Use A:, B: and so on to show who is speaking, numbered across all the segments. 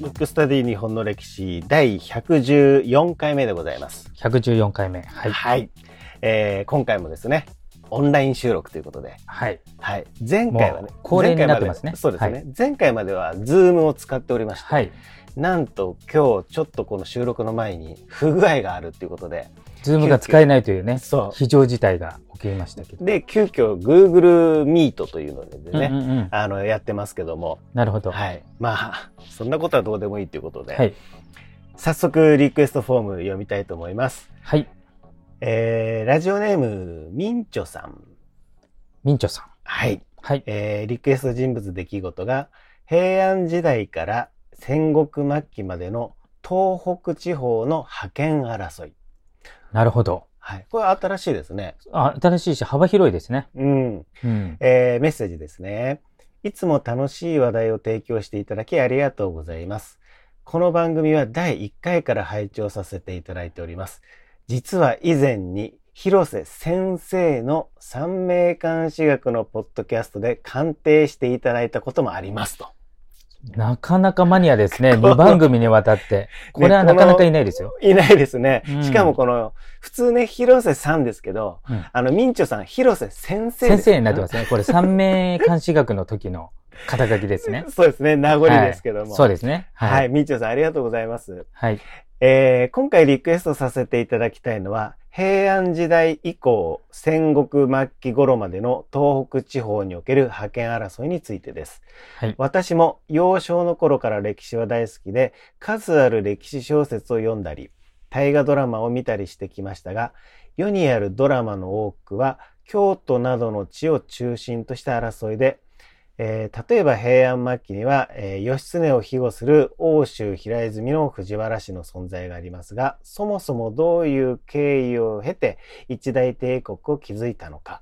A: ブックスタディ日本の歴史第114回目でございます。
B: 114回目。は。
A: はいい。えー今回もですね、オンライン収録ということで、
B: はい。
A: はい。前回はね
B: もう、恒例になってます
A: 前回
B: ね
A: でそうですね。
B: は
A: 前回までは、ズームを使っておりまして、
B: はい。
A: なんと今日ちょっとこの収録の前に不具合があるっていうことで、
B: ズームが使えないというね、
A: そ
B: 非常事態が起きましたけど。
A: う。で、急遽 Google Meet というのでね、
B: うんうんうん
A: あの、やってますけども、
B: なるほど。は
A: はい。まあ、そんなことはどうでもいいということで、
B: い。
A: 早速リクエストフォーム読みたいと思います。
B: はい。
A: えーラジオネーム、みんちょさん。
B: みんちょさん。
A: はい。
B: はい。
A: えーリクエスト人物出来事が、平安時代から戦国末期までの東北地方の覇権争い。
B: なるほど。
A: はい。これ新しいですね。
B: あ新しいし、幅広いですね。
A: うん。
B: うん。
A: えーメッセージですね。いつも楽しい話題を提供していただきありがとうございます。この番組は第1回から拝聴させていただいております。実は以前に広瀬先生の三名監視学のポッドキャストで鑑定していただいたこともありますと。
B: なかなかマニアですね。
A: この
B: 2番組にわたって。これはなかなかいないですよ。
A: いないですね。
B: うん
A: しかもこの、普通ね、広瀬さんですけど、
B: うん
A: あの、民著さん、広瀬先生です、。
B: 先生になってますね。これ、三名監視学の時の肩書きですね
A: そう ですね、名残ですけども。
B: そうですね。
A: は、
B: はいい。
A: みーちょさんありがとうございます。
B: はい。
A: えー今回リクエストさせていただきたいのは、平安時代以降、戦国末期頃までの東北地方における覇権争いについてです。
B: はい。
A: 私も幼少の頃から歴史は大好きで、数ある歴史小説を読んだり、大河ドラマを見たりしてきましたが、世にあるドラマの多くは、京都などの地を中心とした争いで、えー例えば平安末期には、えー義経を庇護する奥州平泉の藤原氏の存在がありますが、そもそもどういう経緯を経て一大帝国を築いたのか、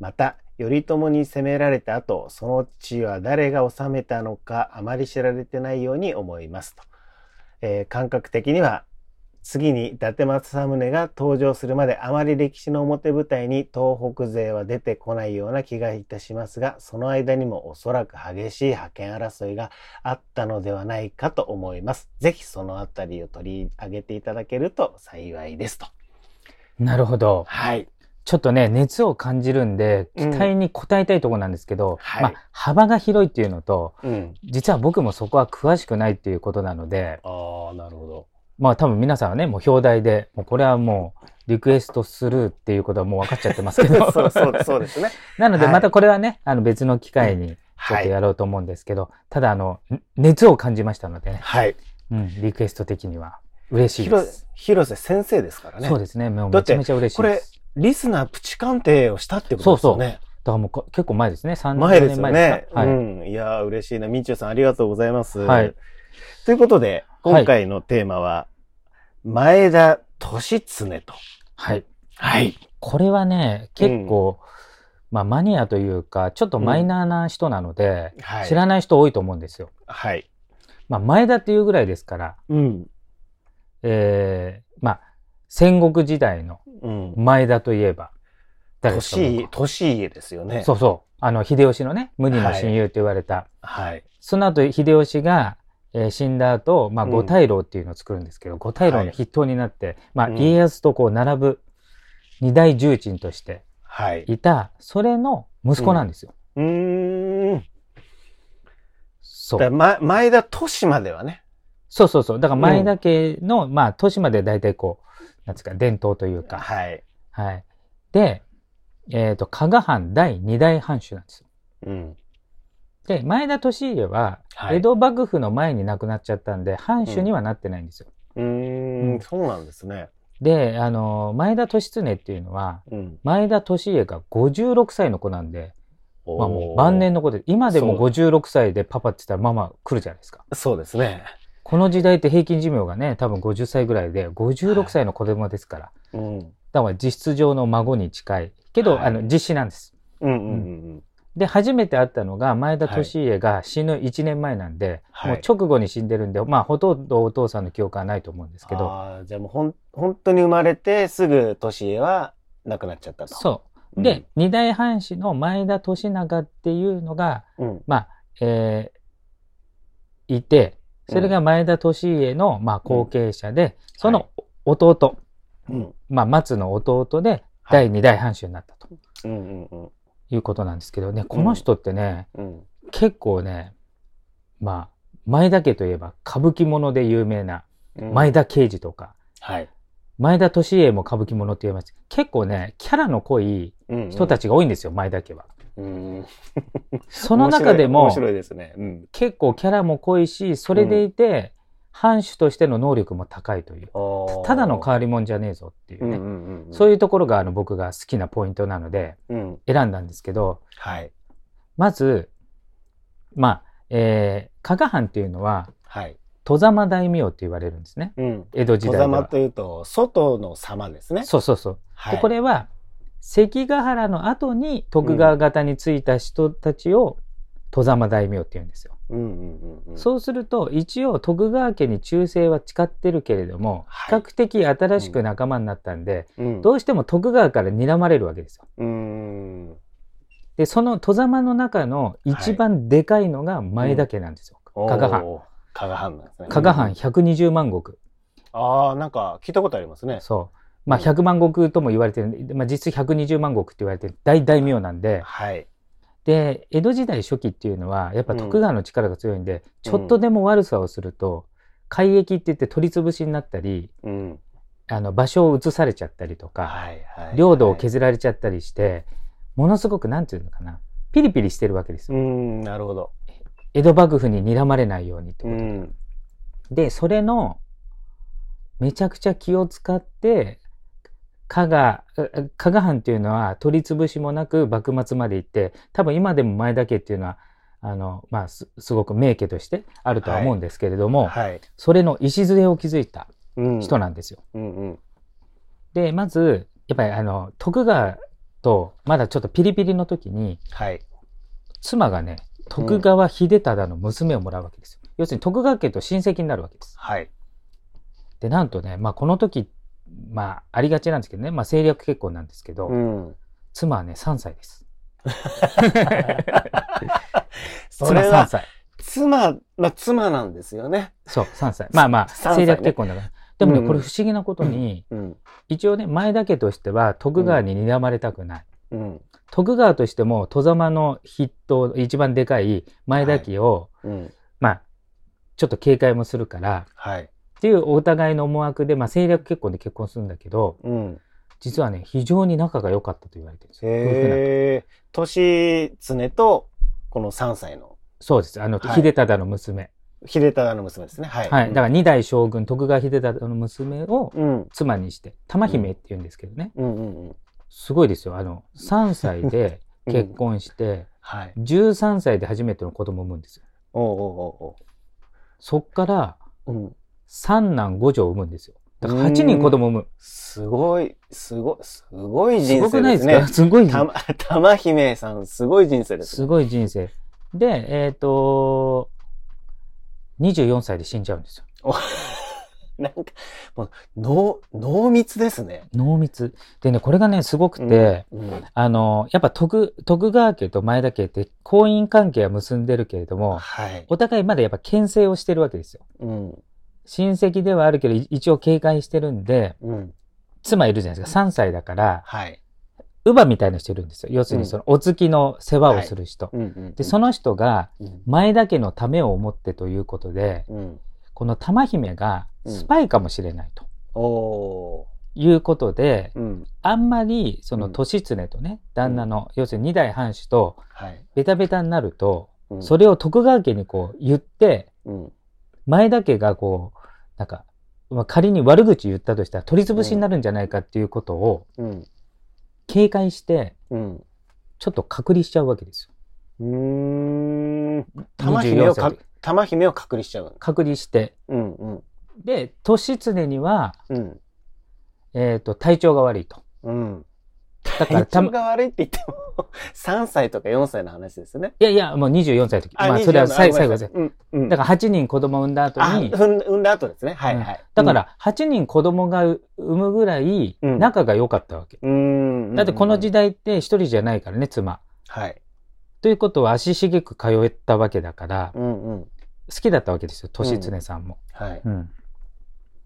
A: また頼朝に攻められた後その地は誰が治めたのかあまり知られてないように思いますと、えー感覚的には次に伊達政宗が登場するまであまり歴史の表舞台に東北勢は出てこないような気がいたしますがその間にもおそらく激しい覇権争いがあったのではないかと思いますぜひそのあたりを取り上げていただけると幸いですと
B: なるほど。
A: はい
B: ちょっとね、熱を感じるんで、期
A: うん
B: 待に応えたいところなんですけど、
A: はい
B: まあ、幅が広いっていうのと、
A: うん
B: 実は僕もそこは詳しくないっていうことなので、
A: ああなるほど
B: まあ多分皆さんはね、もう表題で、もうこれはもう、リクエストスルーっていうことはもう分かっちゃってますけ ど。
A: そうそうそうですね。
B: なので、
A: はい
B: またこれはね、あの別の機会にちょっ
A: は
B: と
A: い。
B: やろうと思うんですけど、ただあの、ん熱を感じましたのでね、
A: はい。
B: うん、リクエスト的には嬉しいで
A: 広
B: す。
A: 広瀬先生ですからね。
B: そうですね、もう
A: だっ
B: め
A: て
B: ちゃめちゃ嬉しいです。
A: リスナープチ鑑定をしたってことですよね。
B: だからもうこ結構前ですね、30
A: 前
B: 年前
A: で
B: ですす
A: よ
B: か。
A: ね。
B: はい。
A: うん。いやー、嬉しいな。みんちゅうさん、ありがとうございます。
B: はい。
A: ということで、
B: はい
A: 今回のテーマは、前田利常と。
B: はい
A: はい。
B: これはね、結構、まあマニアというか、ちょっとマイナーな人なので、
A: はい。
B: 知らない人多いと思うんですよ。
A: はい。
B: まあ前田っていうぐらいですから、
A: うん。
B: えー、まあ、戦国時代の
A: うん。
B: 前田といえば、誰ですか
A: 年、年家ですよね。。
B: そううそう。あの、秀吉のね、無二の親友と言われた。
A: はい。
B: その後、秀吉が、えー死んだ後、まあ、
A: うん
B: 五大老っていうのを作るんですけど、五大老の筆頭になって、まあ、
A: うん
B: 家康とこう並ぶ二大重鎮として
A: はい。
B: いた、それの息子なんですよ。
A: うーん。
B: そ
A: だ
B: う。
A: ま、前田利まではね。
B: そうそうそう。だから前田家の、まあ、都市まで大体こう、なんつうか、伝統というか。
A: はい。
B: はい。で、えっ、と、加賀藩第二代藩主なんですよ。
A: うん。
B: で、前田利家は、
A: はい
B: 江戸幕府の前に亡くなっちゃったんで、藩主にはなってないんですよ。
A: うー
B: うん
A: ん。そうなんですね。
B: で、あの、前田利常っていうのは、
A: うん。
B: 前田利家が56歳の子なんで、まあもう晩年の子で、今でも
A: そう
B: 56歳でパパって言ったらママ来るじゃないですか。
A: そうですね。
B: この時代って平均寿命がね、多分50歳ぐらいで、56歳の子供ですから。
A: うん。
B: だから実質上の孫に近い。けど、
A: はい
B: あの、実子なんです。
A: うんうんうんうん。
B: で、初めて会ったのが、前田利家が死ぬ1年前なんで、
A: はい
B: もう直後に死んでるんで、まあ、ほとんどお父さんの記憶はないと思うんですけど、
A: あーじゃあもうほん、本当に生まれてすぐ年は亡くなっちゃったと。
B: そう。で、二代藩士の前田利長っていうのが、
A: うん、
B: まあ、えーいて、それが前田利家の、まあ、後継者で、その弟、
A: うん、
B: まあ、松の弟で、
A: はい
B: 第二代藩主になったと
A: うん、うん、
B: いうことなんですけどね、この人ってね、
A: うん、
B: 結構ね、まあ、前田家といえば歌舞伎もので有名な
A: うん。
B: 前田慶次とか、
A: はい。
B: 前田利家も歌舞伎ものって言います。結構ね、キャラの濃い人た
A: ち。
B: ちが多いんですよ、前田家は。
A: うん
B: その中でも
A: 面、白い面白いですね。うん。
B: 結構キャラも濃いし、それでいて、藩主としての能力も高いという。ただの変
A: わ
B: わり者じゃねえぞっていう
A: うん、う
B: ね。
A: ん、うん。
B: そう
A: い
B: いうところがあの僕が好きなポイントなので
A: うん。うん。
B: 選んだんですけど、
A: はい。
B: まず、まあ、えー、加賀藩っていうのは、
A: はい。
B: 戸様大名って言われるんですね。
A: うん。
B: 江戸時
A: 戸
B: 代で
A: 様
B: は。
A: というと、外の様ですね。
B: そうそうそう。
A: はい。
B: でこれは関ヶ原の後に徳川方についた人たちを戸様大名って言うんですよ。
A: うん、うん、うん、うん。
B: そうすると一応徳川家に忠誠は誓ってるけれども、
A: は
B: 比
A: い
B: 較的新しく仲間になったんで、
A: うん。
B: どうしても徳川から睨まれるわけですよ。
A: うん。
B: でその戸様の中の一番でかいのが前田家なんですよ。加賀藩。
A: おー。加賀藩なんですね。
B: 加賀藩
A: うん。
B: 120万石。
A: ああ、なんか聞いたことありますね。
B: そう。まあ
A: うん
B: 100万石とも言われてるんで、まあ、実質120万石って言われてる大大名なんで、
A: はい。
B: で江戸時代初期っていうのはやっぱ徳川の力が強いんで、ちょっとでも悪さをすると海域って言って取り潰しになったり
A: うん。
B: あの場所を移されちゃったりとか、
A: はい、はい。
B: 領土を
A: る。
B: 削られちゃったりしてものすごくなんていうのかなピリピリしてるわけです
A: う
B: よ、
A: ん、なるほど。
B: 江戸幕府に睨まれないようにってこと、
A: ん。
B: でそれのめちゃくちゃ気を使って加賀え加賀藩っていうのは取り潰しもなく幕末まで行って多分今でも前田家っていうのはあの、まあ、すすごく名家としてあるとは思うんですけれども、
A: はい。
B: それの礎を築いた
A: うん
B: 人なんですよ。
A: うんうん。
B: でまずやっぱりあの徳川とまだちょっとピリピリの時に
A: はい。
B: 妻がね徳川秀忠の娘をもらうわけですよ。要するに徳川家と親戚になるわけです。
A: はい。
B: でなんとね、まあ、この時、まあ、ありがちなんですけどね、まあ、政略結婚なんですけど、
A: ん。
B: 妻はね3歳です
A: そ
B: 妻
A: れ
B: 3
A: は、
B: 歳
A: 妻、まあ、妻なんですよね。
B: そう3歳まあまあ
A: 三歳ね
B: 政略結婚だから、でもね、
A: うんうん
B: これ不思議なことに、
A: うん。
B: 一応ね前田家としては徳川に睨まれたくない、
A: うん。
B: 徳川としても戸様の筆頭一番でかい前田家を、
A: うん。
B: まあちょっと警戒もするから
A: はい。
B: っていうお互いの思惑で、まあ、政略結婚で結婚するんだけど
A: うん。
B: 実はね非常に仲が良かったと言われてるんですよ夫婦仲
A: へえ。年常と、この3歳の、
B: そうです。あの、
A: はい
B: 秀忠の娘。
A: 秀忠の娘ですね。はい。
B: はい。だから二代将軍、徳川秀忠の娘を
A: ら、うん。
B: 妻にして、玉姫って言うんですけどね。
A: うんうんうん。
B: すごいですよ。あの、3 歳で結婚して、
A: はい。
B: 13歳で初めての子供を産むんですよ。
A: おうお
B: そっから
A: うおうおう。うん。
B: 三男五女を産むんですよ。だから8人子供を産む。
A: すごい、すごい、すごい
B: す
A: 人
B: ごく
A: 生
B: ない
A: で
B: ですす
A: ね
B: か。すごい人
A: た
B: 生。
A: ま、玉姫さん、すごい人生ですね。
B: すごい人生。で、えっ、と、24歳で死んじゃうんですよ。
A: おなんか、もう、濃、濃密ですね。
B: 濃密。でね、これがね、すごくて、
A: うん。
B: あの、やっぱ徳、徳川家と前田家って婚姻関係は結んでるけれども、
A: はい。
B: お互いまだやっぱ牽制をしてるわけですよ。
A: うん。
B: 親戚ではあるけど、い一応警戒してるんで、
A: うん。
B: 妻いるじゃないですか、3歳だから、
A: はい。
B: 乳母みたいな人いるんですよ。要するにその、お月の世話をする人。
A: うんうん。
B: で、その人が、
A: うん、
B: 前田家のためを思ってということで、
A: うん。
B: この玉姫がスパイかもしれないと
A: おー。
B: いうことで、
A: うん。
B: あんまり、その、
A: うん
B: 年常とね、旦那の、要するに2代藩主と、
A: はい。
B: ベタベタになると、
A: うん、
B: それを徳川家にこう言って、
A: うん。
B: 前田家がこう、なんか、まあ、仮に悪口言ったとしたら取り潰しになるんじゃないかっていうことを
A: うん。
B: 警戒して、
A: うん。
B: ちょっと隔離しちゃうわけですよ。
A: うーん。玉姫を
B: 24歳
A: か
B: で、
A: 玉姫を隔離しちゃう。
B: 隔離して。
A: うんうん。
B: で、年常には、
A: うん。
B: えっ、と、体調が悪いと。
A: うん。
B: だから
A: 体
B: た
A: 調
B: ま
A: が悪いって言っても、3歳 とか4歳の話ですよね。
B: いやいや、もう24歳の時。まあ、
A: 24
B: それは最
A: あ
B: 最
A: ごめ
B: 後
A: ん
B: で
A: なさ
B: す
A: い。うん。うん。
B: だから8人子供産んだ後
A: あ、
B: に、
A: ふん産んだ後ですね。はいはい。
B: だか、ら8人子供が産むぐらい
A: うん
B: 仲が良かったわけ。
A: うん。うんうん
B: だってこの時代って一人じゃないからね、妻。
A: はい。
B: ということは足しげく通えたわけだから、
A: うんうん。
B: 好きだったわけですよ、利常さんも。
A: はい。
B: うん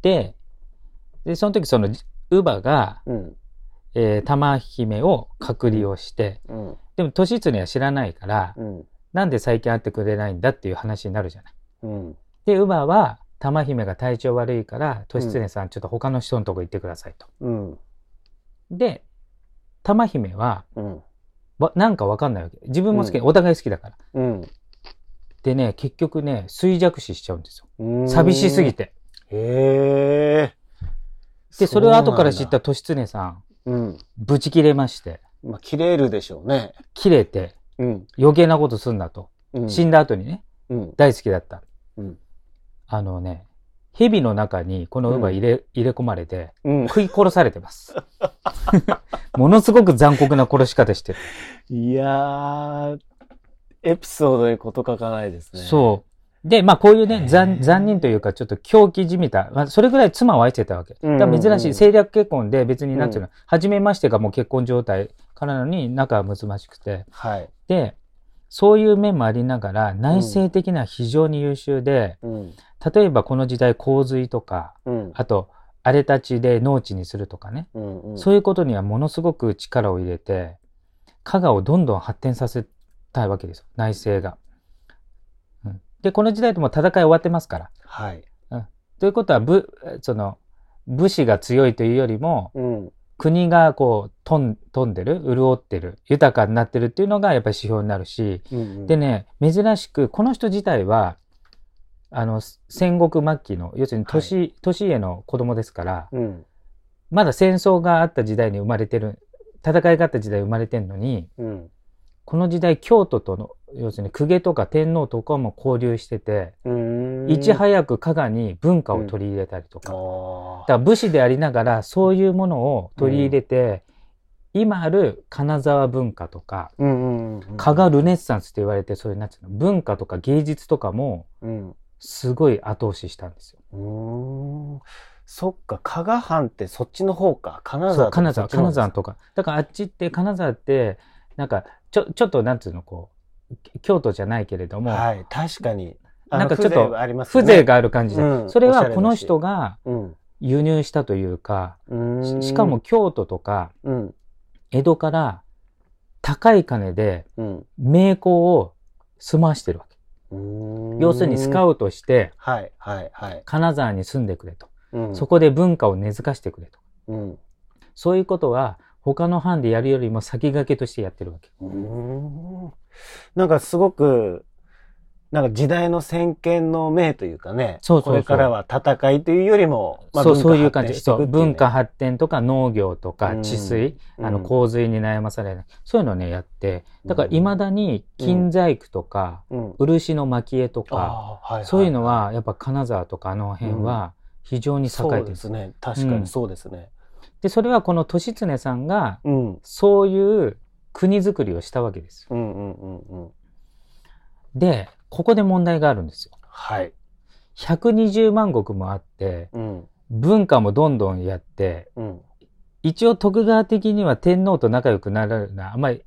B: で、で、その時その、乳母が、
A: うん。
B: えー玉姫を隔離をして、
A: うん。
B: でも利常は知らないから、
A: うん。
B: なんで最近会ってくれないんだっていう話になるじゃない。
A: うん。
B: で、乳母は、玉姫が体調悪いから、利常さんちょっと他の人のとこ行ってくださいと。
A: うん。
B: で、玉姫は、
A: うん。
B: わなんかわかんないわけ。自分も好き、
A: うん
B: お互い好きだから。
A: うん。
B: でね、結局ね、衰弱死しちゃうんですよ。
A: うん
B: 寂しすぎ。て。
A: へえ。
B: で、それを後から知った
A: そ
B: 利常さん、
A: うなんだ。
B: ブチ切れまして、
A: うん。まあ、切れるでしょうね。
B: 切れて、
A: うん。
B: 余計なことすんなと。
A: うん。
B: 死んだ後にね、
A: うん。
B: 大好きだった。
A: うん
B: あのね、蛇の中にこの乳母入れ、入れ込まれて、
A: うん。
B: 食い殺されてます。 ものすごく残酷な殺し方してる。
A: いやー、エピソードにこと書かないですね。
B: そう。で、まあこういう
A: へ
B: ね、
A: ー
B: 残、残忍というか、ちょっと狂気じみた、まあ、それぐらい妻を愛してたわけ。
A: うんうんうん
B: だから珍しい、政略結婚で別になんていうの、初めましてがもう結婚状態からなのに仲はむつましくて。
A: はい。
B: で、そういう面もありながら、内政的な非常に優秀で、
A: うん。
B: 例えばこの時代洪水とか、
A: うん。
B: あと、荒れた地で農地にするとかね、
A: うんうん。
B: そういうことにはものすごく力を入れて、加賀をどんどん発展させたいわけですよ、内政が。うん、で、この時代でもう戦い終わってますから。
A: はい。
B: ということは、武、その、武士が強いというよりも、
A: うん。
B: 国がこう、飛ん飛んでる、潤ってる、豊かになってるっていうのがやっぱり指標になるし、
A: うん。
B: で、ね、珍しく、この人自体は、あの、戦国末期の、要するに年、年家の子供ですから、
A: うん。
B: まだ戦争があった時代に生まれてる、戦いがあった時代に生まれてるのに、
A: うん。
B: この時代京都との、要するに公家とか天皇とかも交流してて、
A: うん。
B: いち早く加賀に文化を取り入れたりとか、だ
A: あ
B: から武士でありながらそういうものを取り入れて、今ある金沢文化とか、
A: ーうんうんうん。
B: 加賀ルネッサンスって言われて、そういうなんつうの、文化とか芸術とかも
A: うん。
B: すごい後押ししたんですよ。
A: うーん。そっか、加賀藩ってそっちの方か。金
B: そう
A: 沢
B: 金沢、金沢
A: と
B: とか。だからあっちって、金沢って、なんか、ちょ、ちょっとなんつうの、こう、き京都じゃないけれど
A: か
B: も、
A: はい、確かに。あの
B: なんかちょっと
A: 風情はありますよね
B: 風情。がある感じで、
A: うん
B: それ
A: おしゃれ
B: は
A: だし
B: この人が
A: うん。
B: 輸入したというか、
A: うーん
B: ししかも、京都とか
A: うん。
B: 江戸から高い金で
A: うん。
B: 名工を済ましてるわけ。要するにスカ
A: ウ
B: ウトして、
A: はい、はい、はい。
B: 金沢に住んでくれと。
A: うん
B: そこで文化を根付かしてくれと。
A: うん。
B: そういうことは、他の班でやるよりも先駆けとしてやってるわけ。
A: うーんなんかすごく、なんか時代の先見の明というかね、
B: そうそうそう
A: これからは戦いというよりも、まあ
B: そう、
A: 文化
B: そういう
A: 発
B: 感
A: 展
B: じ。
A: してい
B: そ
A: くっ
B: う、
A: ていね
B: 文化発展とか農業とか
A: うん
B: 治水、あの、
A: うん
B: 洪水に悩まされない。そういうのをね、やって、だから
A: うん
B: 未だに金細工とか、
A: うん
B: 漆の蒔絵とか、
A: あーはい
B: そういうのは、やっぱ金沢とかあの辺は非常に栄
A: そう
B: えて
A: で
B: る。
A: すね。確かにそうですね。
B: で、それはこの利常さんが、
A: うん。
B: そういう国づくりをしたわけですよ。
A: うんうんうんうん。
B: で、ここで問題があるんですよ。
A: はい。
B: 120万石もあって、
A: うん。
B: 文化もどんどんやって、
A: うん。
B: 一応徳川的には天皇と仲良くなるのはあんまり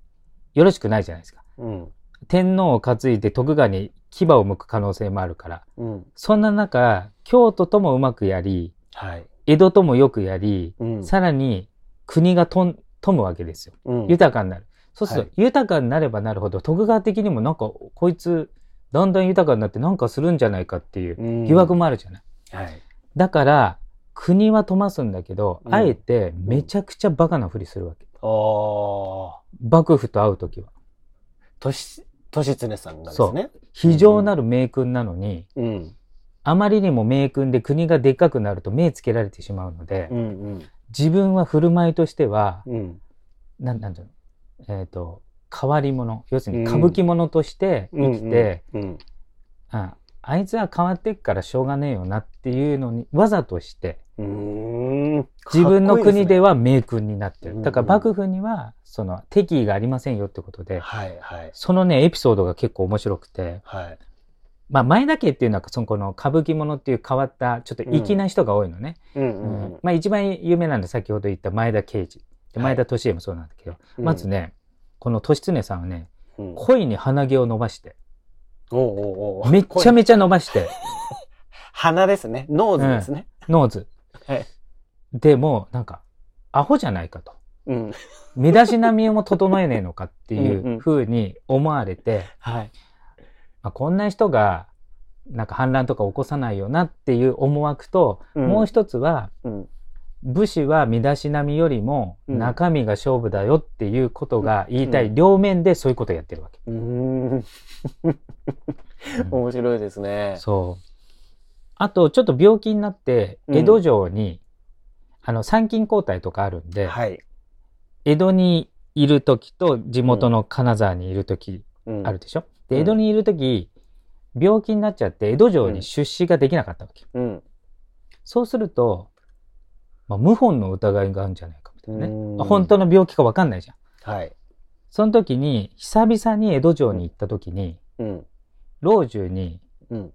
B: よろしくないじゃないですか。
A: うん。
B: 天皇を担いで徳川に牙を向く可能性もあるから。
A: うん。
B: そんな中、京都ともうまくやり、
A: はい。
B: 江戸ともよくやり、
A: うん
B: さらに国がとん富むわけですよ。
A: うん
B: 豊かになる。そうすると、
A: は
B: 豊かになればなるほど徳川的にもなんかこいつだんだん豊かになってなんかするんじゃないかっていう
A: うん
B: 疑惑もあるじゃない。
A: はい。
B: だから国は富ますんだけど、
A: うん
B: あえてめちゃくちゃバカなふりするわけ。
A: おー。
B: 幕府と会う時は
A: とし、としつねさんがですね。
B: 非常なる名君なのに、
A: うん。
B: あまりにも名君で国がでっかくなると目つけられてしまうので、
A: うんうん。
B: 自分は振る舞いとしては、
A: うん。
B: なん、なんていうのえっ、と、変わり者、要するに歌舞伎者として生きて、
A: うんうん。
B: ああいつは変わっていくからしょうがねえよなっていうのにわざとして、
A: うん。うーん
B: 自分の国で
A: は。
B: は名君になっ
A: う
B: て
A: んう
B: る。
A: ん
B: だから幕府には、その敵意がありませんよってことで、
A: はいはい。
B: そのね、エピソードが結構面白くて、
A: はい。
B: まあ、前田家っていうのはそのこの歌舞伎者っていう変わったちょっと粋な人が多いのね、
A: うんう
B: うん
A: んうん。
B: まあ、一番有名なのは先ほど言った前田慶次で前田利家もそうなんだけど、
A: うん
B: まず、ね、この利常さんはね、
A: うん、おう
B: 恋に鼻毛を伸ばして、
A: おうおう
B: めっちゃめちゃ伸ばして、
A: 鼻ですね。ノーズですね。
B: ノーズ
A: はい。
B: でもう、なんか、アホじゃないかと。
A: うん。
B: 身だしなみも整えねえのかってい
A: うんう
B: うん風に思われて、
A: はい。
B: まあ、こんな人が、なんか反乱とか起こさないよなっていう思惑と、もう一つは、
A: うん。
B: 武士は身だしなみよりも
A: うん
B: 中身が勝負だよっていうことが言いた
A: う
B: い両面でそういうことやってるわけ。
A: うん。うーん面白いですね。
B: そう。あと、ちょっと病気になって、
A: うん
B: 江戸城に、あの、参勤交代とかあるんで、
A: はい。
B: 江戸にいる時と地元の金沢にいる時
A: うん
B: ある。でしょ、
A: うん
B: で、江戸にいる時病気になっちゃって江戸城
A: うん
B: に出資ができなかったわけ。
A: うん。
B: そうすると、まあ、謀反の疑いがあるんじゃないかみたいなね。
A: うん
B: まあ本当の病気かわかんないじゃん。
A: はい。
B: その時に、久々に江戸城に行った時に、
A: うん。
B: 老中に
A: うん。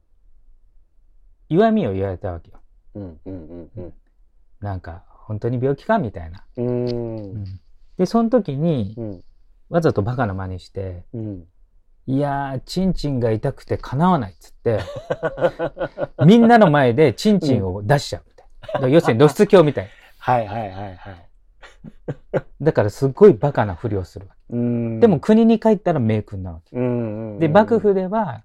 B: 弱みを言われたわけよ。
A: うん。うん。うん。
B: なんか、本当に病気かみたいな。
A: うん。
B: で、その時に
A: う、ん。
B: わざとバカな真似して、
A: うん。
B: いやー、チンチンが痛くて叶わないっつ って、みんなの前でチンチンを出しちゃうみたいな。だから要するに露出狂みたい。
A: はいはいはいはい。
B: だからすっごいバカなふりをするわ
A: う
B: け。
A: ん
B: でも、国に帰ったら名君なわけ。
A: うんうん。
B: で、幕府では、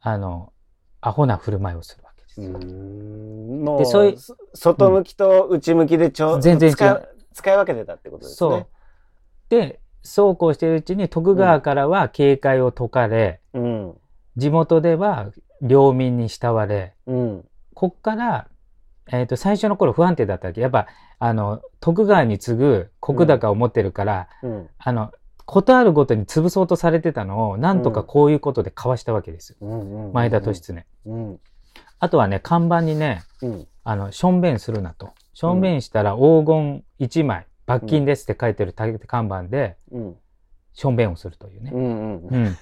B: あの、アホな振る舞いをするわけです
A: う
B: よ。
A: ん。もう、
B: でそういう
A: そ外向きと内向きでちょ、
B: 全然違う
A: 使い。使い分けてたってことです
B: そう
A: ね。。
B: で、そうこうしているうちに徳川からは警戒を解かれ、
A: そう。うん。
B: 地元では領民に慕われ、
A: うん。
B: こっから、えっ、と、最初の頃不安定だったわけ。やっぱ、あの、徳川に次ぐ国高を持ってるから、
A: うん。
B: あの、ことあるごとに潰そうとされてたのを、なんとかこういうことでかわしたわけですよ。
A: うんうん。
B: 前田利常。
A: うん。
B: あとはね、看板にね、
A: うん。
B: あの、しょんべんするなと。しょんべんしたら黄金1枚、罰金ですって書いてる看板で、
A: うん。
B: しょんべんをするというね。
A: うん。うん。
B: うん、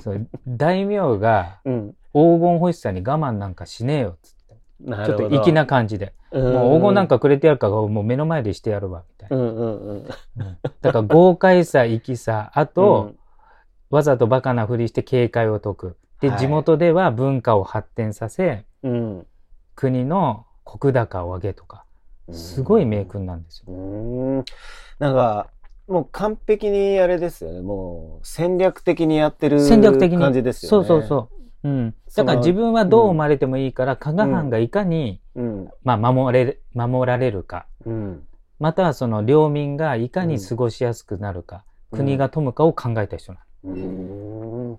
B: そう大名が
A: うん。
B: 黄金欲しさに我慢なんかしねえよっつって
A: な
B: ち
A: る
B: ょっ
A: ほ
B: と
A: ど。
B: 粋な感じで
A: うん、
B: もう黄金なんかくれてやるからもう目の前でしてやるわみたいな、
A: うんうんうん。
B: うんだから豪快さ粋さあと、わざとバカなふりして警戒を解くで、
A: はい
B: 地元では文化を発展させ
A: うん、
B: 国の石高を上げとか
A: うん。
B: すごい名君なんですよ、
A: うん。なんか、もう完璧にあれですよね。もう戦略的にやってる
B: 戦略的に
A: 感じですよ
B: そう
A: ね。
B: そうそう、うん、だから
A: その
B: 自分はどう生まれてもいいから加賀藩がいかに、
A: う。うん。
B: まあ、守れ守られるか
A: うん。
B: またはその領民がいかに過ごしやすくなるか、
A: うん
B: 国が富むかを考えた人な
A: うん。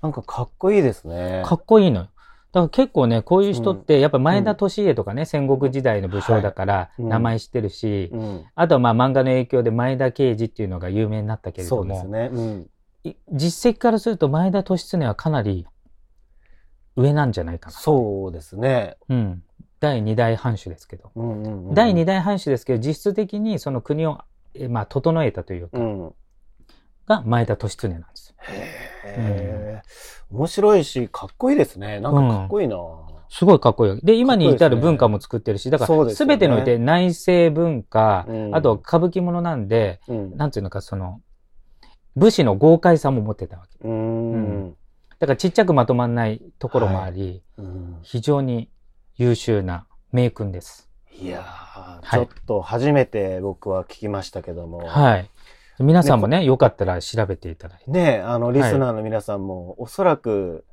A: なんかかっこいいですね
B: の。。かっこいいのよ。だから結構ね、こういう人って、やっぱ前田利家とかね、戦国時代の武将だから、
A: いうん
B: 名前知ってるし、
A: うん。
B: あとはまあ漫画の影響で前田慶次っていうのが有名になったけれ
A: そ
B: ど
A: うです
B: も、
A: ね。うん。
B: い実績からすると前田利常はかなり上なんじゃないかな。
A: そうですね。
B: うん。第二代藩主ですけど。
A: うんうん、うん。
B: 第二代藩主ですけど、実質的にその国を、えまあ、整えたというか、
A: うん。
B: が前田利常なんですよ。
A: へえ、面白いし、かっこいいですね。なんかかっこいいな。
B: すごいかっこいいよ。で、今に
A: かっこいい
B: 至
A: です
B: る
A: ね
B: 文化も作ってるし、だか
A: そう
B: ら、
A: ですよ
B: す
A: ね
B: べてにおいて内政文化、
A: うん
B: あと歌舞伎ものなんで、
A: うん。
B: なんていうのか、その、武士の豪快さも持ってたわけ。
A: うーん。
B: だからちっちゃくまとまんないところもあり、
A: うん
B: 非常に優秀な名君です。
A: いやー、
B: はい
A: ちょっと初めて僕は聞きましたけども。
B: はい。皆さんもね、よかったら調べていただいて。
A: ねえ、あの、リスナーの皆さんも、おそらく、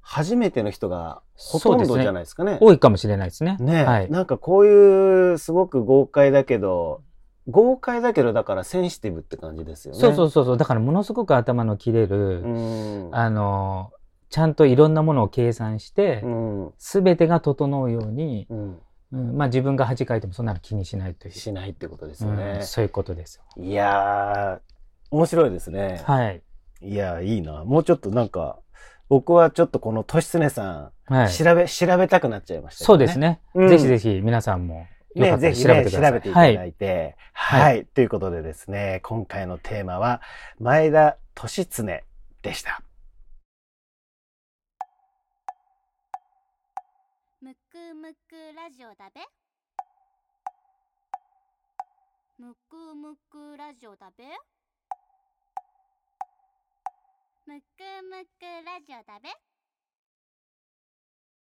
A: 初めての人がほとん
B: そうです
A: ど
B: ね
A: じゃないですかね。
B: 多いかもしれないですね。
A: ねえ、
B: はい。
A: なんかこういう、すごく豪快だけど、豪快だけど、だからセンシティブって感じですよね。
B: そうそうそうそう。だからものすごく頭の切れる、
A: うん。
B: あの、ちゃんといろんなものを計算して
A: う、ん。
B: すべてが整うように、
A: うん。
B: うん、まあ自分が恥かいてもそんなの気にしないという。
A: しないってことですよね
B: うん。そういうことですよ。
A: いやー、面白いですね。
B: はい。
A: いや、いいな。もうちょっとなんか、僕はちょっとこのとしつねさん、
B: はい。
A: 調べ、調べたくなっちゃいましたけど、
B: そうですね、
A: うん
B: ぜひぜひ皆さんもよか
A: ね、
B: った
A: ぜ
B: ら
A: ひ
B: 調べ
A: ね、
B: てく
A: 調
B: ださい。
A: べていた
B: は
A: だ
B: い。
A: いて、は、
B: はいい
A: ということでですね、今回のテーマは、前田利常でした。
C: むくむくラジオだべむくむくラジオだべむくむくラジオだべ